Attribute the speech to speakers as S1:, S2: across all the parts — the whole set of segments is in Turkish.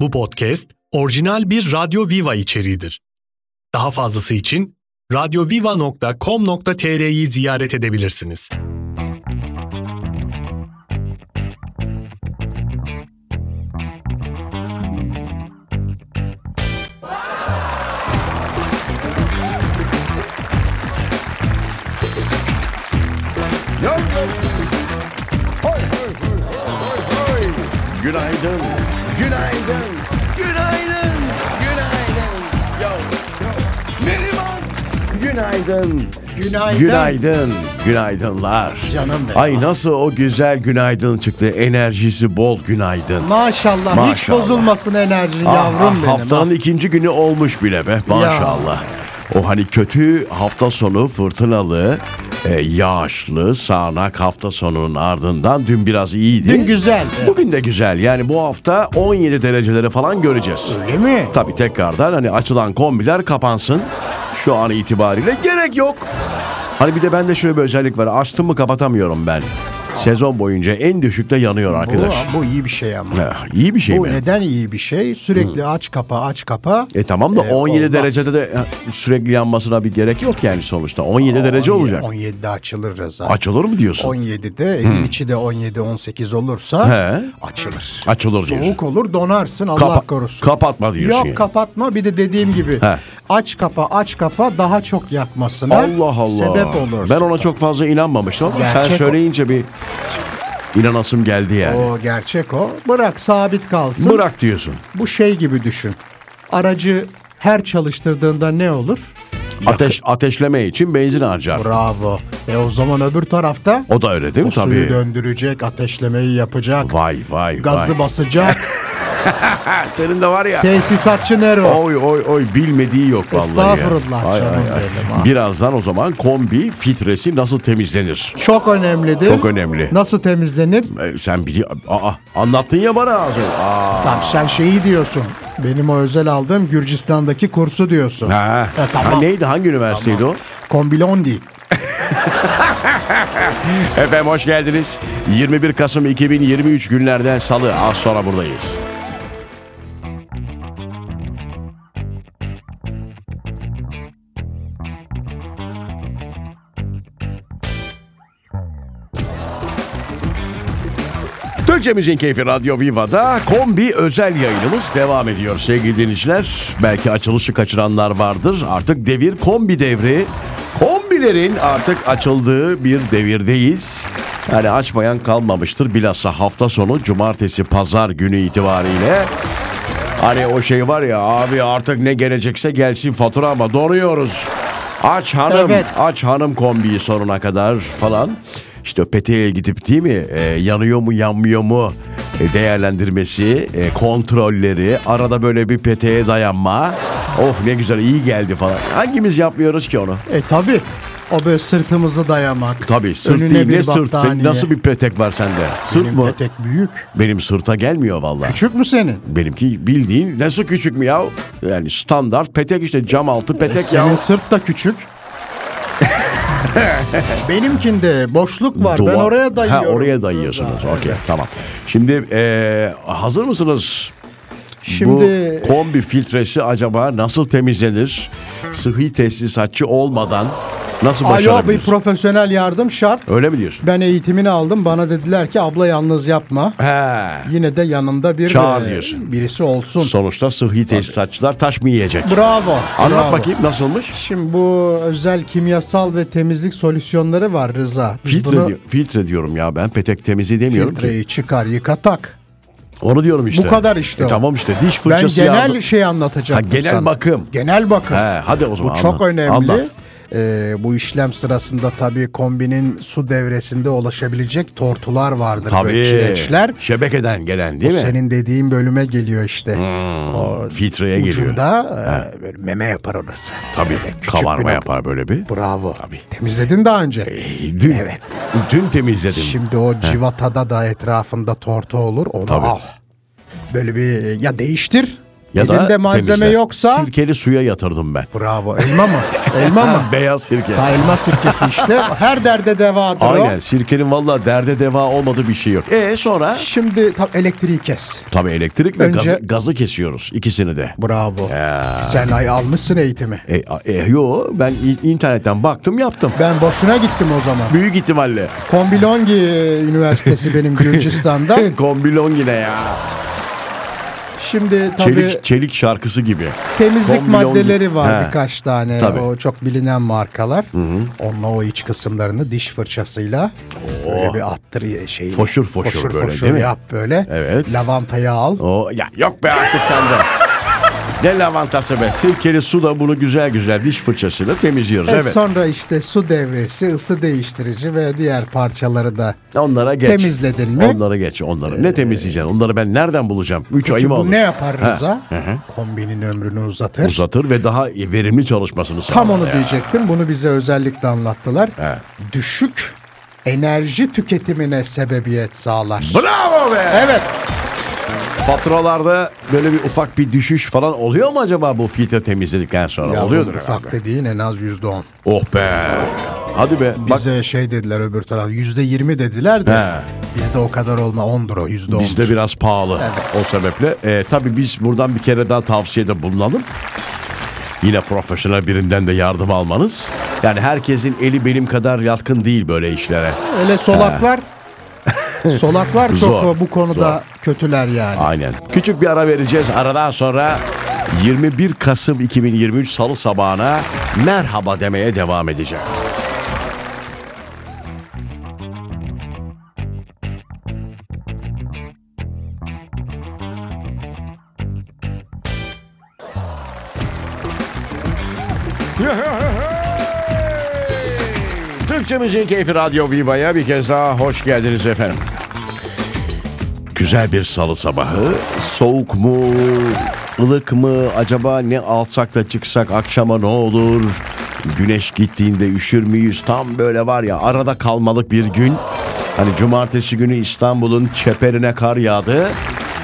S1: Bu podcast orijinal bir Radyo Viva içeriğidir. Daha fazlası için radyoviva.com.tr'yi ziyaret edebilirsiniz.
S2: Yum, yum. Hoy, hoy, hoy, hoy, hoy. Günaydın. Günaydın. Günaydın. Günaydın. Yo, yo. Neriman. Günaydın.
S3: Günaydın.
S2: Günaydın. Günaydınlar.
S3: Canım benim.
S2: Ay nasıl o güzel günaydın çıktı. Enerjisi bol günaydın.
S3: Maşallah, hiç
S2: Maşallah.
S3: bozulmasın enerjin
S2: Ah,
S3: yavrum
S2: ah,
S3: benim.
S2: Haftanın
S3: Ah.
S2: ikinci günü olmuş bile be maşallah. O hani kötü hafta sonu fırtınalı, e, yağışlı, sağanak hafta sonunun ardından dün biraz iyiydi.
S3: Dün güzeldi.
S2: Bugün de güzel. Yani bu hafta 17 dereceleri falan göreceğiz.
S3: Öyle mi?
S2: Tabii tekrardan hani açılan kombiler kapansın. Şu an itibariyle gerek yok. Hani bir de bende şöyle bir özellik var. Açtım mı kapatamıyorum ben. Sezon boyunca en düşükte yanıyor
S3: Bu,
S2: arkadaş.
S3: bu iyi bir şey ama.
S2: Eh, İyi bir şey
S3: Bu
S2: mi?
S3: neden iyi bir şey? Sürekli aç kapa aç kapa.
S2: E tamam da
S3: E,
S2: 17
S3: olmaz.
S2: derecede de e, sürekli yanmasına bir gerek yok yani sonuçta. 17 derece
S3: 17
S2: olacak.
S3: 17'de açılır Reza.
S2: Açılır mı diyorsun?
S3: 17'de evin içi de 17-18 olursa
S2: He.
S3: açılır.
S2: Açılır diyorsun.
S3: Soğuk olur donarsın Allah
S2: Kapa-
S3: korusun.
S2: kapatma diyorsun
S3: Yok
S2: yani.
S3: kapatma bir de dediğim gibi
S2: He.
S3: aç kapa aç kapa daha çok yakmasına
S2: Allah Allah.
S3: sebep olursun.
S2: Ben ona çok fazla inanmamıştım ama sen
S3: Gerçek o.
S2: söyleyince bir inanasım geldi yani.
S3: O gerçek o. Bırak sabit kalsın.
S2: Bırak diyorsun.
S3: Bu şey gibi düşün. Aracı her çalıştırdığında ne olur?
S2: Ateş ateşleme için benzin harcar.
S3: Bravo. E o zaman öbür tarafta
S2: O da öyle değil mi?
S3: suyu
S2: Tabii.
S3: döndürecek, ateşlemeyi yapacak,
S2: Vay vay
S3: gazı
S2: vay.
S3: basacak.
S2: Ha, senin de var ya.
S3: Tesisatçı Nero.
S2: Oy oy oy bilmediği yok vallahi. ya.
S3: Estağfurullah
S2: Ay,
S3: canım
S2: ay, ay.
S3: benim ha.
S2: Birazdan o zaman kombi filtresi nasıl temizlenir?
S3: Çok önemlidir.
S2: Çok önemli.
S3: Nasıl temizlenir?
S2: E, sen bili Aa, anlattın ya bana az önce. Aa.
S3: Tamam sen şeyi diyorsun. Benim o özel aldığım Gürcistan'daki kursu diyorsun.
S2: Ha.
S3: E, tamam.
S2: Ha, neydi hangi üniversiteydi
S3: Kombilondi.
S2: o? Efendim hoş geldiniz. 21 Kasım 2023 günlerden salı az sonra buradayız. Türkçemizin keyfi Radyo Viva'da kombi özel yayınımız devam ediyor sevgili dinleyiciler. Belki açılışı kaçıranlar vardır. Artık devir kombi devri. Kombilerin artık açıldığı bir devirdeyiz. Yani açmayan kalmamıştır. Bilhassa hafta sonu cumartesi pazar günü itibariyle. Hani o şey var ya abi artık ne gelecekse gelsin fatura ama donuyoruz. Aç hanım,
S3: Evet.
S2: aç hanım kombiyi sonuna kadar falan. İşte peteğe gidip değil mi e, yanıyor mu yanmıyor mu e, değerlendirmesi, e, kontrolleri, arada böyle bir peteğe dayanma. Oh ne güzel iyi geldi falan. Hangimiz yapmıyoruz ki onu?
S3: E tabi. O böyle sırtımızı dayamak.
S2: Tabii sırt
S3: Önüne
S2: değil
S3: bir
S2: ne sırt? Senin
S3: battaniye.
S2: nasıl bir petek var sende? Sırt
S3: Benim
S2: mı?
S3: petek büyük.
S2: Benim sırta gelmiyor vallahi.
S3: Küçük mü senin?
S2: Benimki bildiğin nasıl küçük mü ya? Yani standart petek işte cam altı petek
S3: Senin
S2: ya.
S3: sırt da küçük. Benimkinde boşluk var. Ben
S2: Duvar-
S3: oraya dayıyorum.
S2: Ha, oraya dayıyorsunuz.
S3: Rıza.
S2: Okey tamam. Şimdi eee, hazır mısınız?
S3: Şimdi
S2: Bu kombi filtresi acaba nasıl temizlenir? Sıhhi tesisatçı olmadan nasıl
S3: alo bir
S2: başarabilir?
S3: profesyonel yardım şart.
S2: Öyle mi diyorsun?
S3: Ben eğitimini aldım. Bana dediler ki abla yalnız yapma.
S2: He.
S3: Yine de yanında bir
S2: Çağır
S3: e,
S2: diyorsun.
S3: birisi olsun.
S2: Sonuçta sıhhi tesisatçılar taş mı yiyecek?
S3: Bravo.
S2: Anlat
S3: bravo.
S2: bakayım nasılmış?
S3: Şimdi bu özel kimyasal ve temizlik solüsyonları var Rıza. Biz
S2: Filtre,
S3: bunu
S2: diyor- filtre diyorum ya ben petek temizliği demiyorum ki.
S3: filtreyi çıkar yıka tak.
S2: Onu diyorum işte.
S3: kadar işte
S2: E
S3: o.
S2: tamam işte diş
S3: Ben
S2: fırçası
S3: genel
S2: yardım-
S3: şey anlatacağım.
S2: Ha, genel bakım.
S3: Genel bakım.
S2: He, hadi o zaman
S3: Bu
S2: anlat.
S3: çok
S2: Anlat.
S3: önemli. Ee, bu işlem sırasında tabii kombinin su devresinde ulaşabilecek tortular vardır.
S2: Tabii.
S3: Böyle kireçler.
S2: Şebekeden gelen değil
S3: Bu
S2: mi?
S3: senin dediğin bölüme geliyor işte. O
S2: Filtreye geliyor.
S3: ucunda e, böyle meme yapar orası.
S2: Tabii.
S3: bir
S2: Kavarma
S3: nokta.
S2: yapar E, böyle bir.
S3: Bravo. Temizledin daha önce.
S2: Ey, Dün,
S3: Evet.
S2: dün temizledim.
S3: Şimdi o civatada da etrafında tortu olur. Onu
S2: Tabii.
S3: al. Böyle bir ya değiştir
S2: Ya
S3: Elinde malzeme
S2: temizle.
S3: yoksa-
S2: Sirkeli suya yatırdım ben.
S3: Bravo. Elma mı? Elma mı?
S2: Beyaz sirke.
S3: Ha, elma sirkesi işte. Her derde devadır
S2: Aynen
S3: o.
S2: sirkenin valla derde deva olmadığı bir şey yok. E sonra?
S3: Şimdi tam elektriği kes.
S2: Tabii elektrik ve
S3: Önce-
S2: gazı, gazı kesiyoruz ikisini de.
S3: Bravo. Sen ay almışsın eğitimi.
S2: E, a- e, yo ben i- internetten baktım yaptım.
S3: Ben boşuna gittim o zaman.
S2: Büyük ihtimalle.
S3: Kombilongi e, Üniversitesi benim Gürcistan'da.
S2: Kombilon yine ya.
S3: Şimdi tabii
S2: Çelik, çelik şarkısı gibi.
S3: temizlik
S2: Kombilongi.
S3: maddeleri var
S2: He.
S3: birkaç tane.
S2: Tabii.
S3: O çok bilinen markalar. Onunla o iç kısımlarını diş fırçasıyla böyle bir attır şeyi.
S2: Foşur foşur böyle, değil mi?
S3: yap böyle.
S2: Evet.
S3: Lavantayı al.
S2: O ya yok be artık sende. Ne lavantası be. Sirkeli su da bunu güzel güzel diş fırçasıyla temizliyoruz.
S3: E,
S2: Evet.
S3: Sonra işte su devresi, ısı değiştirici ve diğer parçaları da.
S2: Onlara geç.
S3: Temizledin mi? E,
S2: Onlara geç. Onlara. ne temizleyeceksin? Onları ben nereden bulacağım? Üç
S3: Peki
S2: ayımı
S3: bu
S2: alır.
S3: ne yapar Rıza? Kombinin ömrünü uzatır.
S2: Uzatır ve daha verimli çalışmasını sağlar.
S3: Tam onu
S2: ya.
S3: diyecektim. Bunu bize özellikle anlattılar.
S2: He.
S3: Düşük enerji tüketimine sebebiyet sağlar.
S2: Bravo be.
S3: Evet.
S2: Faturalarda böyle bir ufak bir düşüş falan oluyor mu acaba bu filtre temizledikten sonra?
S3: Ya
S2: Oluyordur
S3: ufak
S2: herhalde.
S3: dediğin en az yüzde on.
S2: Oh be. Hadi be. Bak
S3: Bize şey dediler öbür taraf yüzde yirmi dediler de
S2: He.
S3: bizde o kadar olma ondur o yüzde on.
S2: Bizde biraz pahalı o sebeple. E, tabii biz buradan bir kere daha tavsiyede bulunalım. Yine profesyonel birinden de yardım almanız. Yani herkesin eli benim kadar yatkın değil böyle işlere.
S3: Öyle solaklar solaklar çok
S2: Zor,
S3: bu konuda kötüler yani.
S2: Aynen. Küçük bir ara vereceğiz. Aradan sonra 21 Kasım 2023 Salı sabahına merhaba demeye devam edeceğiz. Türkçe Müziğin Keyfi Radyo Viva'ya bir kez daha hoş geldiniz efendim. Güzel bir salı sabahı. Soğuk mu? ılık mı? Acaba ne alsak da çıksak akşama ne olur? Güneş gittiğinde üşür müyüz? Tam böyle var ya arada kalmalık bir gün. Hani cumartesi günü İstanbul'un çeperine kar yağdı.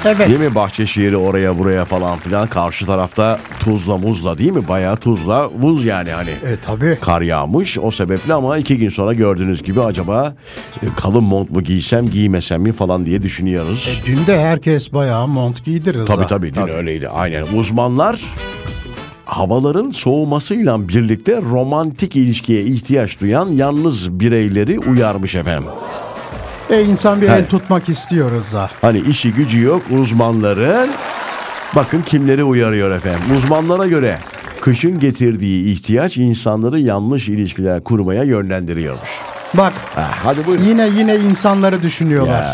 S3: Evet.
S2: Değil mi Bahçeşehir'i oraya buraya falan filan. Karşı tarafta tuzla muzla değil mi? Bayağı tuzla vuz yani hani
S3: E tabii.
S2: kar yağmış. O sebeple ama iki gün sonra gördüğünüz gibi acaba e, kalın mont mu giysem giymesem mi falan diye düşünüyoruz.
S3: Dün de herkes bayağı mont giydi Rıza.
S2: Tabii tabii dün öyleydi. Aynen. Uzmanlar havaların soğumasıyla birlikte romantik ilişkiye ihtiyaç duyan yalnız bireyleri uyarmış efendim.
S3: E insan bir el
S2: Evet.
S3: tutmak istiyor Rıza.
S2: Hani işi gücü yok uzmanların bakın kimleri uyarıyor efendim. Uzmanlara göre kışın getirdiği ihtiyaç insanları yanlış ilişkiler kurmaya yönlendiriyormuş.
S3: Bak
S2: Ha, hadi buyurun.
S3: yine yine insanları düşünüyorlar.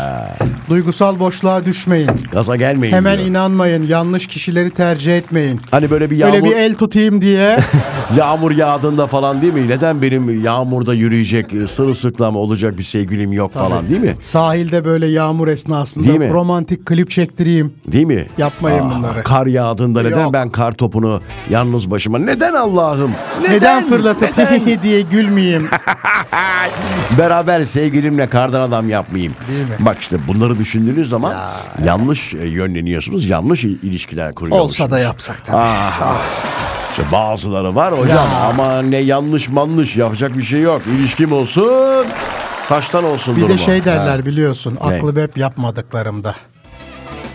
S3: Duygusal boşluğa düşmeyin.
S2: Gaza gelmeyin.
S3: Hemen
S2: diyor.
S3: inanmayın. Yanlış kişileri tercih etmeyin.
S2: Hani böyle bir
S3: Böyle
S2: yağmur,
S3: bir e- el tutayım diye
S2: yağmur yağdığında falan değil mi? Neden benim yağmurda yürüyecek, e, sırılsıklam olacak bir sevgilim yok falan değil mi?
S3: sahilde böyle yağmur esnasında
S2: Değil mi? Ah,
S3: romantik klip çektireyim.
S2: Değil mi?
S3: Yapmayın bunları.
S2: Kar yağdığında neden
S3: Yok.
S2: ben kar topunu yalnız başıma? Neden Allah'ım?
S3: Neden, fırlatıp diye gülmeyeyim.
S2: Beraber sevgilimle kardan adam yapmayayım.
S3: Değil mi?
S2: Bak işte bunları düşündüğünüz zaman yanlış e, yönleniyorsunuz. Yanlış il- ilişkiler kuruyorsunuz.
S3: Olsa da yapsak tabii.
S2: İşte bazıları var hocam
S3: Ya.
S2: ama ne yanlış manlış yapacak bir şey yok. İlişkim olsun taştan olsun
S3: bir
S2: durumu.
S3: de şey derler
S2: Ha.
S3: biliyorsun. Aklım hep yapmadıklarımda.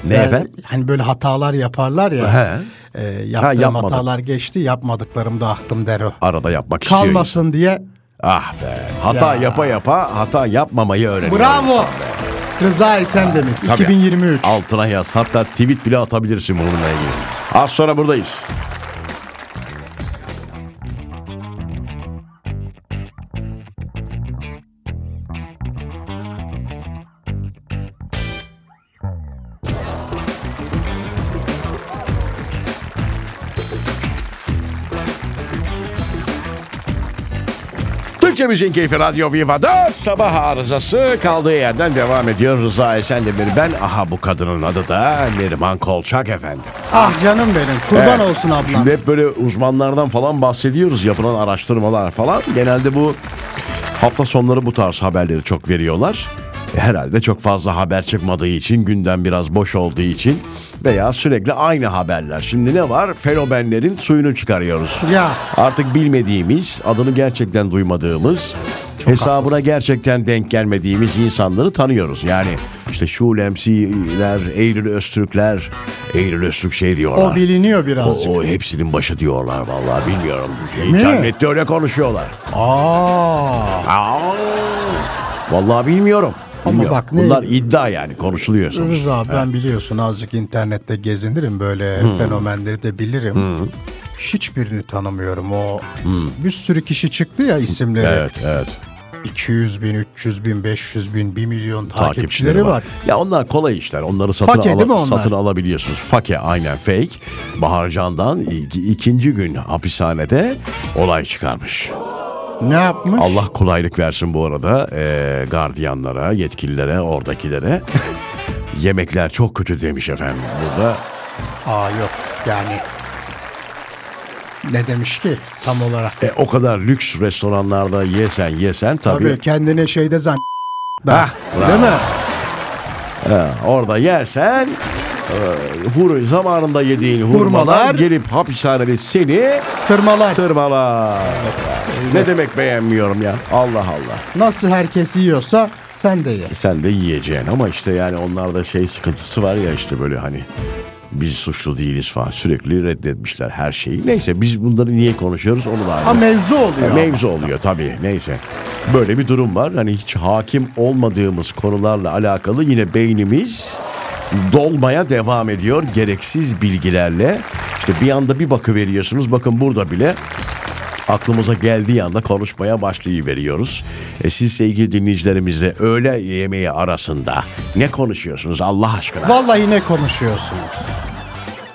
S2: Ne
S3: Ben-
S2: efendim?
S3: Hani böyle hatalar yaparlar
S2: He.
S3: ya. E, yaptığım
S2: yapmadım.
S3: hatalar geçti yapmadıklarımda aklım der o.
S2: Arada yapmak istiyor. insan.
S3: Kalmasın diye.
S2: Ah be. Hata
S3: Ya.
S2: yapa yapa hata yapmamayı öğreniyor.
S3: Bravo.
S2: insan.
S3: Rıza Esendemir
S2: Tabii.
S3: 2023.
S2: Altına yaz. Hatta tweet bile atabilirsin bununla ilgili. Az sonra buradayız. Türkçe Müziğin Keyfi Radyo Viva'da sabah arızası kaldığı yerden devam ediyor. Rıza Esendemir ben. Aha bu kadının adı da Neriman Kolçak efendim.
S3: Ah canım benim. Kurban olsun ablam.
S2: Şimdi hep böyle uzmanlardan falan bahsediyoruz yapılan araştırmalar falan. Genelde bu hafta sonları bu tarz haberleri çok veriyorlar. E, herhalde çok fazla haber çıkmadığı için gündem biraz boş olduğu için veya sürekli aynı haberler. Şimdi ne var? Fenomenlerin suyunu çıkarıyoruz.
S3: Ya.
S2: Artık bilmediğimiz, adını gerçekten duymadığımız, hesabına gerçekten denk gelmediğimiz insanları tanıyoruz. Yani işte şu MC'ler, Eylül Öztürkler, Eylül Öztürk şey diyorlar.
S3: O biliniyor birazcık.
S2: O, o hepsinin başı diyorlar vallahi bilmiyorum. İnternette öyle konuşuyorlar.
S3: Aa.
S2: Aa, vallahi bilmiyorum.
S3: Ama
S2: Bilmiyorum.
S3: bak ne-
S2: Bunlar iddia yani konuşuluyor sonuçta.
S3: Rıza ben biliyorsun azıcık internette gezinirim böyle
S2: Hmm.
S3: fenomenleri de bilirim. Hiçbirini tanımıyorum o. Bir sürü kişi çıktı ya isimleri.
S2: Hmm. Evet evet.
S3: 200 bin, 300 bin, 500 bin, 1 milyon takipçileri,
S2: Takipçileri
S3: var.
S2: var. Ya onlar kolay işler. Onları satın,
S3: Fake değil mi
S2: ala-
S3: onlar?
S2: satın alabiliyorsunuz. Fake aynen fake. Bahar Candan iki- ikinci gün hapishanede olay çıkarmış.
S3: Ne yapmış?
S2: Allah kolaylık versin bu arada eee, gardiyanlara, yetkililere, oradakilere. Yemekler çok kötü demiş efendim burada.
S3: Aa yok yani. Ne demiş ki tam olarak?
S2: E, o kadar lüks restoranlarda yesen yesen tabii.
S3: Tabii kendine şeyde zan...
S2: Hah,
S3: Değil mi?
S2: Orada yersen e, hur, zamanında yediğin hurmalar,
S3: Hurmalar.
S2: gelip hapishanede seni
S3: Kırmalar.
S2: tırmalar. Ne demek beğenmiyorum ya. Allah Allah.
S3: Nasıl herkes yiyorsa sen de ye.
S2: Sen de yiyeceğin ama işte yani onlarda şey sıkıntısı var ya işte böyle hani biz suçlu değiliz falan sürekli reddetmişler her şeyi. Neyse biz bunları niye konuşuyoruz onu da
S3: Ha
S2: ayrı.
S3: mevzu oluyor.
S2: Mevzu oluyor tabii neyse. Böyle bir durum var. Hani hiç hakim olmadığımız konularla alakalı yine beynimiz dolmaya devam ediyor gereksiz bilgilerle. İşte bir anda bir bakı veriyorsunuz. Bakın burada bile aklımıza geldiği anda konuşmaya başlayıveriyoruz. E siz sevgili dinleyicilerimizle öğle yemeği arasında ne konuşuyorsunuz Allah aşkına?
S3: Vallahi ne konuşuyorsunuz?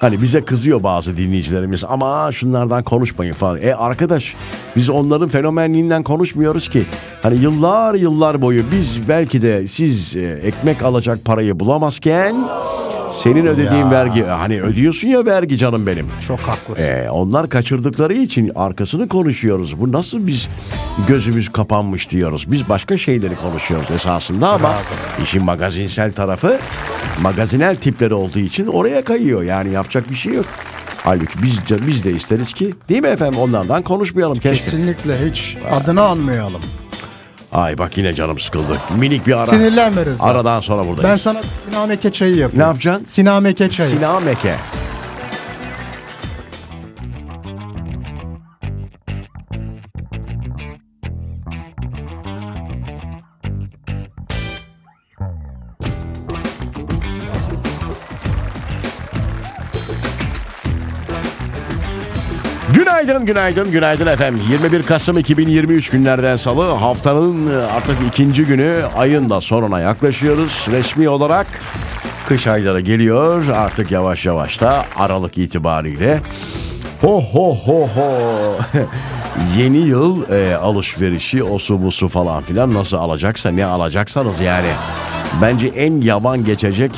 S2: Hani bize kızıyor bazı dinleyicilerimiz ama şunlardan konuşmayın falan. E arkadaş biz onların fenomenliğinden konuşmuyoruz ki. Hani yıllar yıllar boyu biz belki de siz e, ekmek alacak parayı bulamazken senin ödediğin
S3: Ya.
S2: vergi hani ödüyorsun ya vergi canım benim.
S3: Çok haklısın.
S2: E, onlar kaçırdıkları için arkasını konuşuyoruz. Bu nasıl biz gözümüz kapanmış diyoruz. Biz başka şeyleri konuşuyoruz esasında ama işin magazinsel tarafı magazinel tipleri olduğu için oraya kayıyor. Yani yapacak bir şey yok. Halbuki biz, biz de isteriz ki değil mi efendim onlardan konuşmayalım keşke.
S3: Kesinlikle hiç adını anmayalım.
S2: Ay bak yine canım sıkıldı. Minik bir ara.
S3: Sinirlenme Rıza.
S2: Aradan sonra buradayız.
S3: Ben sana şey- sinameke çayı yapayım.
S2: Ne yapacaksın?
S3: Sinameke çayı.
S2: Sinameke. Günaydın, günaydın, günaydın efendim. 21 Kasım 2023 günlerden salı haftanın e, artık ikinci günü ayın da sonuna yaklaşıyoruz. Resmi olarak kış ayları geliyor artık yavaş yavaş da Aralık itibariyle. Ho ho ho ho. Yeni yıl e, alışverişi osu busu falan filan nasıl alacaksa ne alacaksanız yani. Bence en yaban geçecek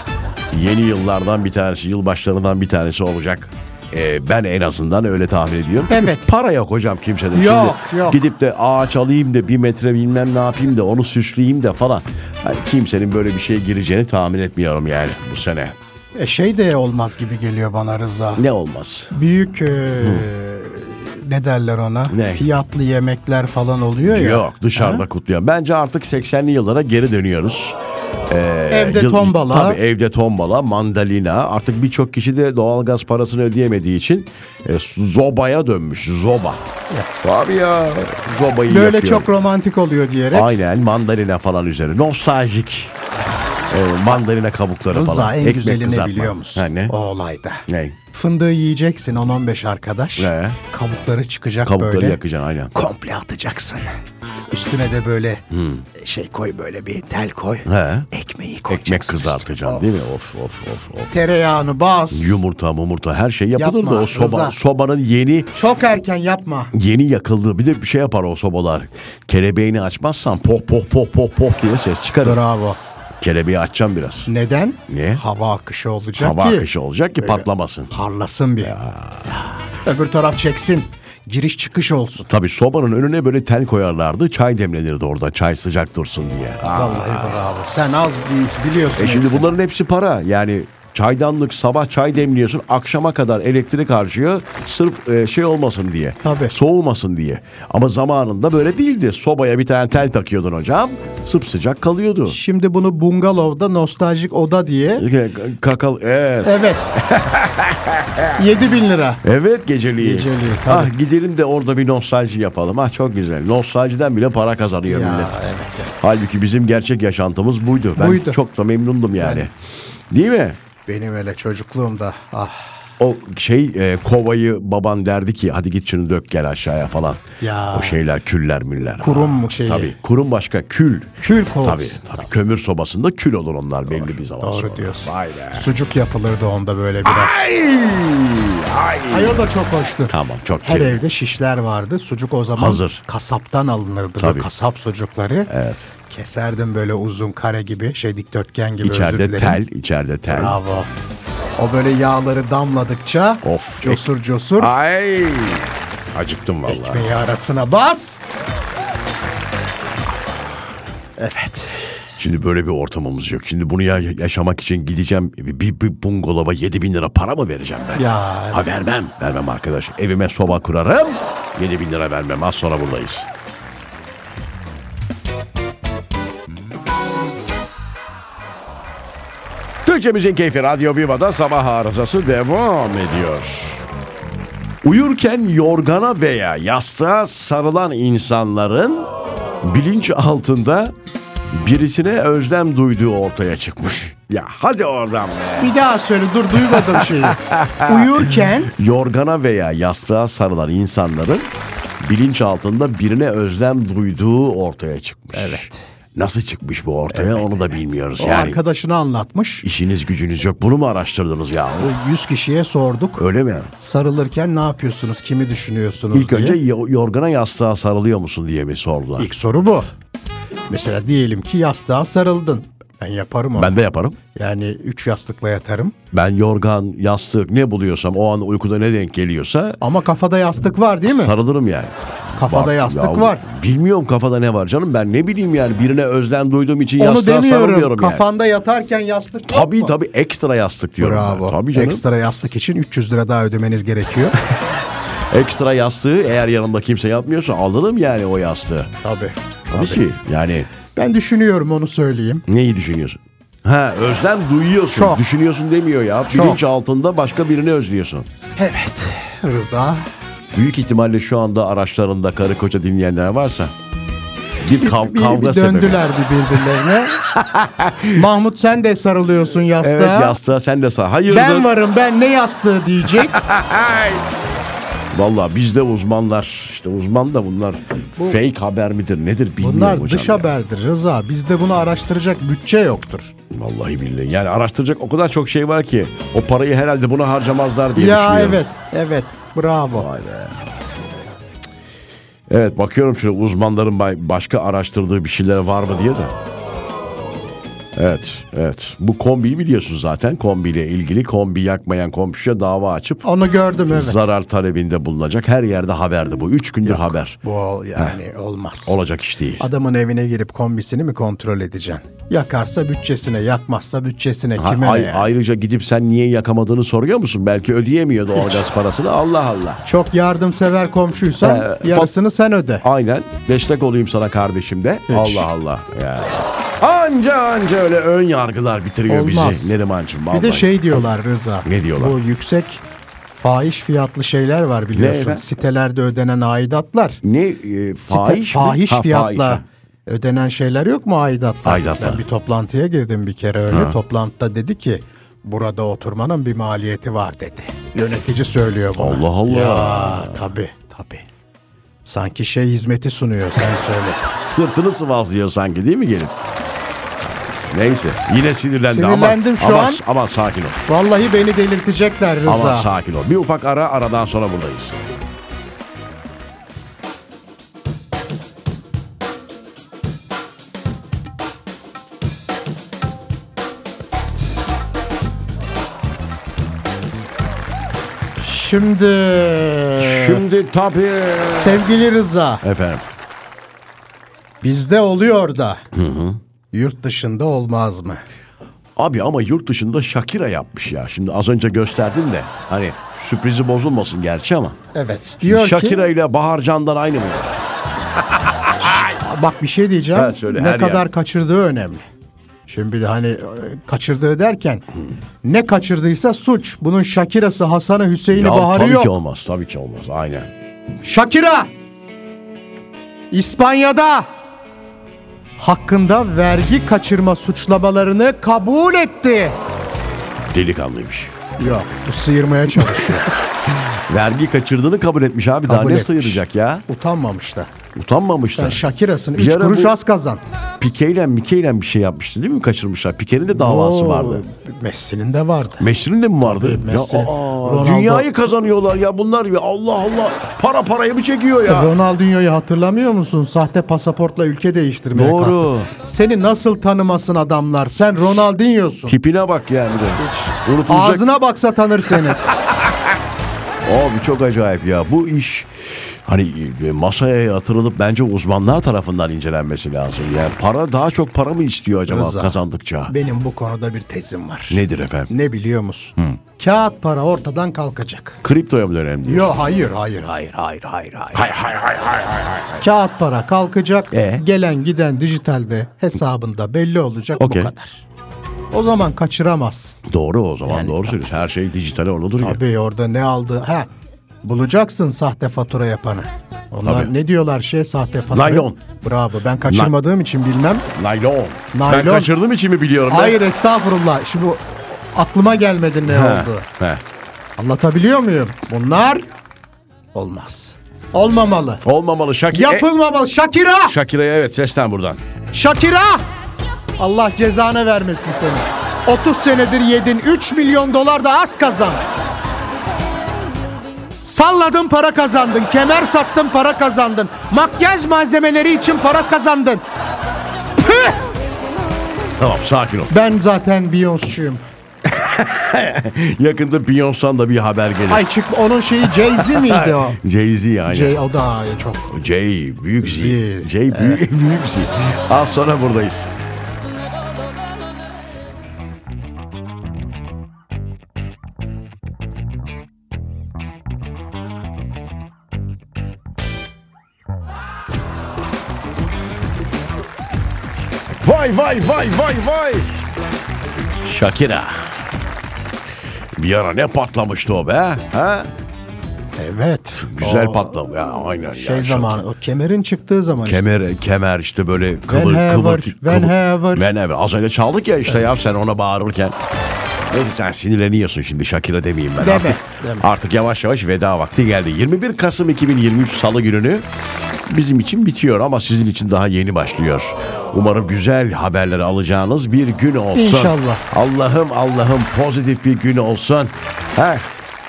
S2: yeni yıllardan bir tanesi, yılbaşlarından bir tanesi olacak. E, ben en azından öyle tahmin ediyorum. Çünkü
S3: Evet.
S2: Para yok hocam kimsede. Şimdi
S3: Yok, yok.
S2: Gidip de ağaç alayım da bir metre bilmem ne yapayım da onu süsleyeyim de falan. Hani kimsenin böyle bir şeye gireceğini tahmin etmiyorum yani bu sene.
S3: E, şey de olmaz gibi geliyor bana Rıza.
S2: Ne olmaz.
S3: Büyük e, ne derler ona?
S2: Ne?
S3: Fiyatlı yemekler falan oluyor ya.
S2: Yok dışarıda kutluyor. Bence artık 80'li yıllara geri dönüyoruz.
S3: Evde
S2: E, Yıl-
S3: tombala.
S2: Tabii evde tombala, mandalina. Artık birçok kişi de doğalgaz parasını ödeyemediği için e, zobaya dönmüş. Zoba. Abi ya. Zobayı
S3: Böyle
S2: yapıyor.
S3: çok romantik oluyor diyerek.
S2: Aynen mandalina falan üzeri. Nostaljik. E, mandalina kabukları
S3: Rıza
S2: falan.
S3: en
S2: Ekmek
S3: güzelini
S2: kızartma.
S3: biliyor musun?
S2: Ha, ne?
S3: O olayda.
S2: Ne?
S3: Fındığı yiyeceksin 10-15 arkadaş.
S2: Ee?
S3: Kabukları çıkacak
S2: Kabukları
S3: böyle.
S2: yakacaksın aynen.
S3: Komple atacaksın. Üstüne de böyle şey koy böyle bir tel koy.
S2: Hmm. He.
S3: Ekmeği koyacaksın.
S2: Ekmek
S3: üstüne.
S2: kızartacaksın değil mi? Of of of of.
S3: Tereyağını bas.
S2: Yumurta, mumurta her şey yapılır
S3: Yapma,
S2: da o soba,
S3: Rıza.
S2: sobanın yeni
S3: Çok erken yapma.
S2: yeni yakıldığı bir de bir şey yapar o sobalar. Kelebeğini açmazsan poh poh poh poh poh diye ses çıkarır.
S3: Bravo.
S2: Kelebeği açacağım biraz.
S3: Neden?
S2: Niye?
S3: Hava akışı olacak
S2: Hava
S3: ki. Ee,
S2: akışı olacak ki patlamasın.
S3: Parlasın bir. Öbür taraf çeksin. giriş çıkış olsun.
S2: Tabii sobanın önüne böyle tel koyarlardı. Çay demlenirdi orada. Çay sıcak dursun diye. Aa,
S3: Vallahi bravo. Sen az bir biliyorsun.
S2: E şimdi
S3: hepsini.
S2: bunların hepsi para. Yani çaydanlık sabah çay demliyorsun akşama kadar elektrik harcıyor sırf e, şey olmasın diye
S3: Tabii.
S2: soğumasın diye ama zamanında böyle değildi sobaya bir tane tel takıyordun hocam sıcak kalıyordu
S3: Şimdi bunu bungalovda nostaljik oda diye.
S2: K- kakal evet
S3: Evet. 7000 bin lira.
S2: evet geceliği,
S3: Geceliği, tabii.
S2: ah gidelim de orada bir nostalji yapalım ah çok güzel nostaljiden bile para kazanıyor
S3: Ya,
S2: millet
S3: evet,
S2: halbuki bizim gerçek yaşantımız buydu ben
S3: Buydu.
S2: çok da memnundum yani değil mi
S3: Benim hele çocukluğumda ah
S2: O şey e, kovayı baban derdi ki hadi git şunu dök gel aşağıya falan.
S3: Ya.
S2: O şeyler küller müller.
S3: Kurum mu şeyi?
S2: Tabii kurum başka kül.
S3: kül
S2: Tabii,
S3: kovası.
S2: tabii kömür sobasında kül olur onlar belli bir zaman
S3: Doğru
S2: sonra.
S3: diyorsun.
S2: Vay be.
S3: Sucuk yapılırdı onda böyle biraz.
S2: Ay, ay.
S3: Ay o da çok hoştu.
S2: Tamam çok
S3: Her
S2: şey.
S3: evde şişler vardı. Sucuk o zaman
S2: Hazır.
S3: kasaptan alınırdı.
S2: Tabii.
S3: Böyle kasap sucukları.
S2: Evet.
S3: Keserdim böyle uzun kare gibi, şey dikdörtgen gibi özür
S2: İçeride
S3: dilerim.
S2: tel, içeride tel.
S3: Bravo. O böyle yağları damladıkça
S2: Of.
S3: cosur cosur
S2: Ay. Acıktım vallahi.
S3: ekmeği arasına bas. Evet.
S2: Şimdi böyle bir ortamımız yok. Şimdi bunu ya yaşamak için gideceğim bir, bir bungalova 7 bin lira para mı vereceğim ben?
S3: Ya evet.
S2: Ha vermem. Vermem arkadaş. Evime soba kurarım. 7 bin lira vermem. Az sonra buradayız. Türkçemizin keyfi Radyo Viva'da sabah arızası devam ediyor. Uyurken yorgana veya yastığa sarılan insanların bilinç altında birisine özlem duyduğu ortaya çıkmış. Ya hadi oradan be.
S3: Bir daha söyle dur duymadım şeyi. Uyurken
S2: yorgana veya yastığa sarılan insanların bilinç altında birine özlem duyduğu ortaya çıkmış. Evet. Nasıl çıkmış bu ortaya onu da bilmiyoruz.
S3: o
S2: yani
S3: arkadaşını anlatmış.
S2: işiniz gücünüz yok. Bunu mu araştırdınız ya?
S3: 100 kişiye sorduk.
S2: Öyle mi?
S3: Sarılırken ne yapıyorsunuz? Kimi düşünüyorsunuz
S2: İlk
S3: diye.
S2: önce yo- yorgana yastığa sarılıyor musun diye mi sordular?
S3: İlk soru bu. Mesela diyelim ki yastığa sarıldın. Ben yaparım onu.
S2: Ben de yaparım.
S3: Yani üç yastıkla yatarım.
S2: Ben yorgan, yastık ne buluyorsam o an uykuda ne denk geliyorsa
S3: Ama kafada yastık var değil mi?
S2: sarılırım yani.
S3: Kafada
S2: Bak,
S3: yastık
S2: ya,
S3: var.
S2: Bilmiyorum kafada ne var canım ben ne bileyim yani birine özlem duyduğum için
S3: Onu
S2: yastığa
S3: demiyorum.
S2: sarılmıyorum yani.
S3: Kafanda yatarken yastık yok
S2: Tabii
S3: mu?
S2: tabii ekstra yastık diyorum.
S3: Bravo.
S2: ben. Tabii canım. Ekstra.
S3: Ekstra yastık için 300 lira daha ödemeniz gerekiyor.
S2: yastığı eğer yanımda kimse yapmıyorsa alırım yani o yastığı.
S3: tabii.
S2: Tabii ki yani
S3: Ben düşünüyorum onu söyleyeyim.
S2: neyi düşünüyorsun? Ha özlem duyuyorsun.
S3: Çok.
S2: Düşünüyorsun demiyor ya.
S3: Çok.
S2: Bilinç altında başka birini özlüyorsun.
S3: Evet. Rıza.
S2: Büyük ihtimalle şu anda araçlarında karı koca dinleyenler varsa bir, kav-
S3: Bir,
S2: kavga
S3: bir
S2: sebebi.
S3: döndüler bir birbirlerine. Mahmut sen de sarılıyorsun yastığa.
S2: Evet yastığa sen de sar. Hayırdır?
S3: Ben varım ben ne yastığı diyecek.
S2: Valla bizde uzmanlar işte uzman da bunlar fake haber midir nedir bilmiyorum
S3: Bunlar
S2: hocam
S3: dış
S2: ya.
S3: haberdir Rıza. Bizde bunu araştıracak bütçe yoktur.
S2: Vallahi billahi. Yani araştıracak o kadar çok şey var ki o parayı herhalde buna harcamazlar diye
S3: ya
S2: düşünüyorum.
S3: evet evet bravo.
S2: Vay be. Evet bakıyorum şöyle uzmanların ba- başka araştırdığı bir şeyler var mı diye de. Evet, evet. Bu kombiyi biliyorsun zaten. Kombiyle ilgili kombi yakmayan komşuya dava açıp
S3: Onu gördüm evet.
S2: zarar talebinde bulunacak. Her yerde haberdi bu. Üç gündür haber.
S3: Bu ol- yani olmaz.
S2: Olacak iş değil.
S3: Adamın evine girip kombisini mi kontrol edeceksin? Yakarsa bütçesine, yakmazsa bütçesine
S2: Ha-
S3: kime
S2: ay-
S3: ne?
S2: ayrıca gidip sen niye yakamadığını soruyor musun? Belki ödeyemiyordu orgaz parasını. Allah Allah.
S3: Çok yardımsever komşuysan
S2: Ee,
S3: yarısını sen öde.
S2: Aynen. Destek olayım sana kardeşim de.
S3: Hiç.
S2: Allah Allah. Ya. Anca anca öyle ön yargılar bitiriyor
S3: Olmaz.
S2: bizi Nerimancığım.
S3: Bir
S2: vallahi.
S3: de şey diyorlar Rıza.
S2: Ne diyorlar?
S3: Bu yüksek fahiş fiyatlı şeyler var biliyorsun.
S2: efendim?
S3: Sitelerde ödenen aidatlar.
S2: Ne e,
S3: Site-
S2: fahiş, mi?
S3: fahiş
S2: Ha,
S3: fiyatla
S2: fahiş.
S3: ödenen şeyler yok mu aidatlar?
S2: Aidatlar.
S3: Ben bir toplantıya girdim bir kere öyle. Toplantıda dedi ki burada oturmanın bir maliyeti var dedi. Yönetici söylüyor bunu.
S2: Allah Allah.
S3: Ya tabii tabii. Sanki şey hizmeti sunuyor sen söyle.
S2: Sırtını sıvazlıyor sanki değil mi gelip? Neyse yine sinirlendi
S3: Sinirlendim
S2: ama,
S3: şu
S2: ama,
S3: an.
S2: ama sakin ol.
S3: Vallahi beni delirtecekler Rıza.
S2: Ama sakin ol. Bir ufak ara aradan sonra buradayız.
S3: Şimdi,
S2: Şimdi tabii...
S3: sevgili Rıza
S2: Efendim.
S3: bizde oluyor da yurt dışında olmaz mı?
S2: Abi ama yurt dışında Shakira yapmış ya. Şimdi az önce gösterdin de hani sürprizi bozulmasın gerçi ama.
S3: Evet diyor
S2: Shakira
S3: ki
S2: ile Bahar Candan aynı mı?
S3: bak bir şey diyeceğim
S2: Ha, söyle,
S3: ne
S2: her
S3: kadar
S2: yer.
S3: kaçırdığı önemli. Şimdi bir de hani e, kaçırdığı derken ne kaçırdıysa suç. Bunun Şakira'sı, Hasan'ı, Hüseyin'i,
S2: Ya
S3: Bahar'ı
S2: tabii
S3: yok.
S2: ki olmaz. Tabii ki olmaz. Aynen.
S3: Shakira! İspanya'da hakkında vergi kaçırma suçlamalarını kabul etti.
S2: Delikanlıymış.
S3: Yok, bu sıyırmaya çalışıyor.
S2: Vergi kaçırdığını kabul etmiş abi. Daha
S3: Kabul
S2: ne
S3: etmiş.
S2: sıyıracak ya?
S3: Utanmamış da.
S2: Utanmamış
S3: Sen
S2: da.
S3: Shakira'sın.
S2: Bir
S3: Üç
S2: ara
S3: kuruş
S2: bu-
S3: az kazan.
S2: Pikeyle Mikeyle bir şey yapmıştı değil mi? Kaçırmışlar. Pike'nin de davası
S3: Oo,
S2: vardı.
S3: Messi'nin de vardı.
S2: Meşrin de mi vardı?
S3: Tabii,
S2: ya,
S3: Messi.
S2: aa,
S3: Ronaldo.
S2: dünyayı kazanıyorlar ya bunlar ya. Allah Allah. Para parayı mı çekiyor ya?
S3: Ronaldinho'yu hatırlamıyor musun? Sahte pasaportla ülke değiştirmeye
S2: Doğru.
S3: kalktı. Seni nasıl tanımasın adamlar? Sen Ronaldinho'sun.
S2: Tipine bak yani. de. Unutulacak.
S3: Ağzına baksa tanır seni.
S2: Abi çok acayip ya. Bu iş hani masaya yatırılıp bence uzmanlar tarafından incelenmesi lazım. Yani para daha çok para mı istiyor acaba
S3: Rıza.
S2: kazandıkça?
S3: Benim bu konuda bir tezim var.
S2: Nedir efendim?
S3: Ne biliyor musun? Kağıt para ortadan kalkacak.
S2: Kriptoya mı dönelim diyor.
S3: Yo hayır hayır hayır hayır hayır hayır.
S2: Hay hay hay hay hay. hay.
S3: Kağıt para kalkacak.
S2: E?
S3: Gelen giden dijitalde hesabında belli olacak
S2: Okey.
S3: bu kadar. O zaman kaçıramazsın.
S2: Doğru o zaman doğru söylüyorsun. Her şey dijitale olur ya.
S3: Abi orada ne aldı? Ha bulacaksın sahte fatura yapanı. Onlar
S2: Tabii.
S3: ne diyorlar şey sahte fatura?
S2: Naylon.
S3: Bravo ben kaçırmadığım için bilmem.
S2: Naylon. Ben
S3: Naylon.
S2: kaçırdığım için mi biliyorum? ben?
S3: Hayır estağfurullah. Şimdi aklıma gelmedi ne
S2: He,
S3: oldu.
S2: he.
S3: Anlatabiliyor muyum? Bunlar olmaz. Olmamalı.
S2: Olmamalı Shakira.
S3: Yapılmamalı. Şakira!
S2: Shakira'ya evet sesten buradan.
S3: Şakira! Allah cezanı vermesin seni. 30 senedir yedin 3 milyon dolar da az kazan. Salladın para kazandın. Kemer sattın para kazandın. Makyaj malzemeleri için para kazandın. Püh!
S2: Tamam sakin ol.
S3: Ben zaten Beyoncé'cuyum.
S2: Yakında Beyoncé'dan da bir haber gelir.
S3: Ay çık onun şeyi Jay-Z miydi o?
S2: Jay-Z yani.
S3: Jay o da çok
S2: Jay büyük Z.
S3: Z.
S2: Jay büyük, büyük Z. Az sonra buradayız. Vay vay vay vay vay. Shakira. Bir ara ne patlamıştı o be? Ha?
S3: evet.
S2: Güzel
S3: O
S2: patlama ya aynen
S3: Şey
S2: ya.
S3: zamanı o kemerin çıktığı zaman işte.
S2: Kemer, kemer işte böyle kıvır
S3: Van
S2: kıvır.
S3: Haver,
S2: kıvır-
S3: Van Haver.
S2: Van Haver. Az önce çaldık ya işte ya sen ona bağırırken. Neyse sen sinirleniyorsun şimdi Shakira demeyeyim ben
S3: Deme,
S2: artık.
S3: deme.
S2: Artık yavaş yavaş veda vakti geldi. 21 Kasım 2023 Salı gününü bizim için bitiyor ama sizin için daha yeni başlıyor. Umarım güzel haberleri alacağınız bir gün olsun.
S3: İnşallah.
S2: Allah'ım Allah'ım pozitif bir gün olsun. Ha,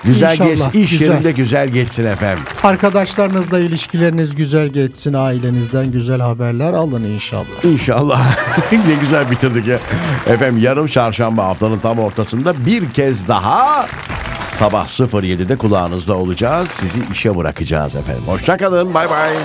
S2: güzel
S3: İnşallah,
S2: geç, iş
S3: güzel.
S2: yerinde güzel geçsin efendim.
S3: Arkadaşlarınızla ilişkileriniz güzel geçsin. Ailenizden güzel haberler alın inşallah.
S2: İnşallah. ne güzel bitirdik ya. Efendim yarım çarşamba haftanın tam ortasında bir kez daha sabah 07'de kulağınızda olacağız. Sizi işe bırakacağız efendim. Hoşçakalın. Bay bay.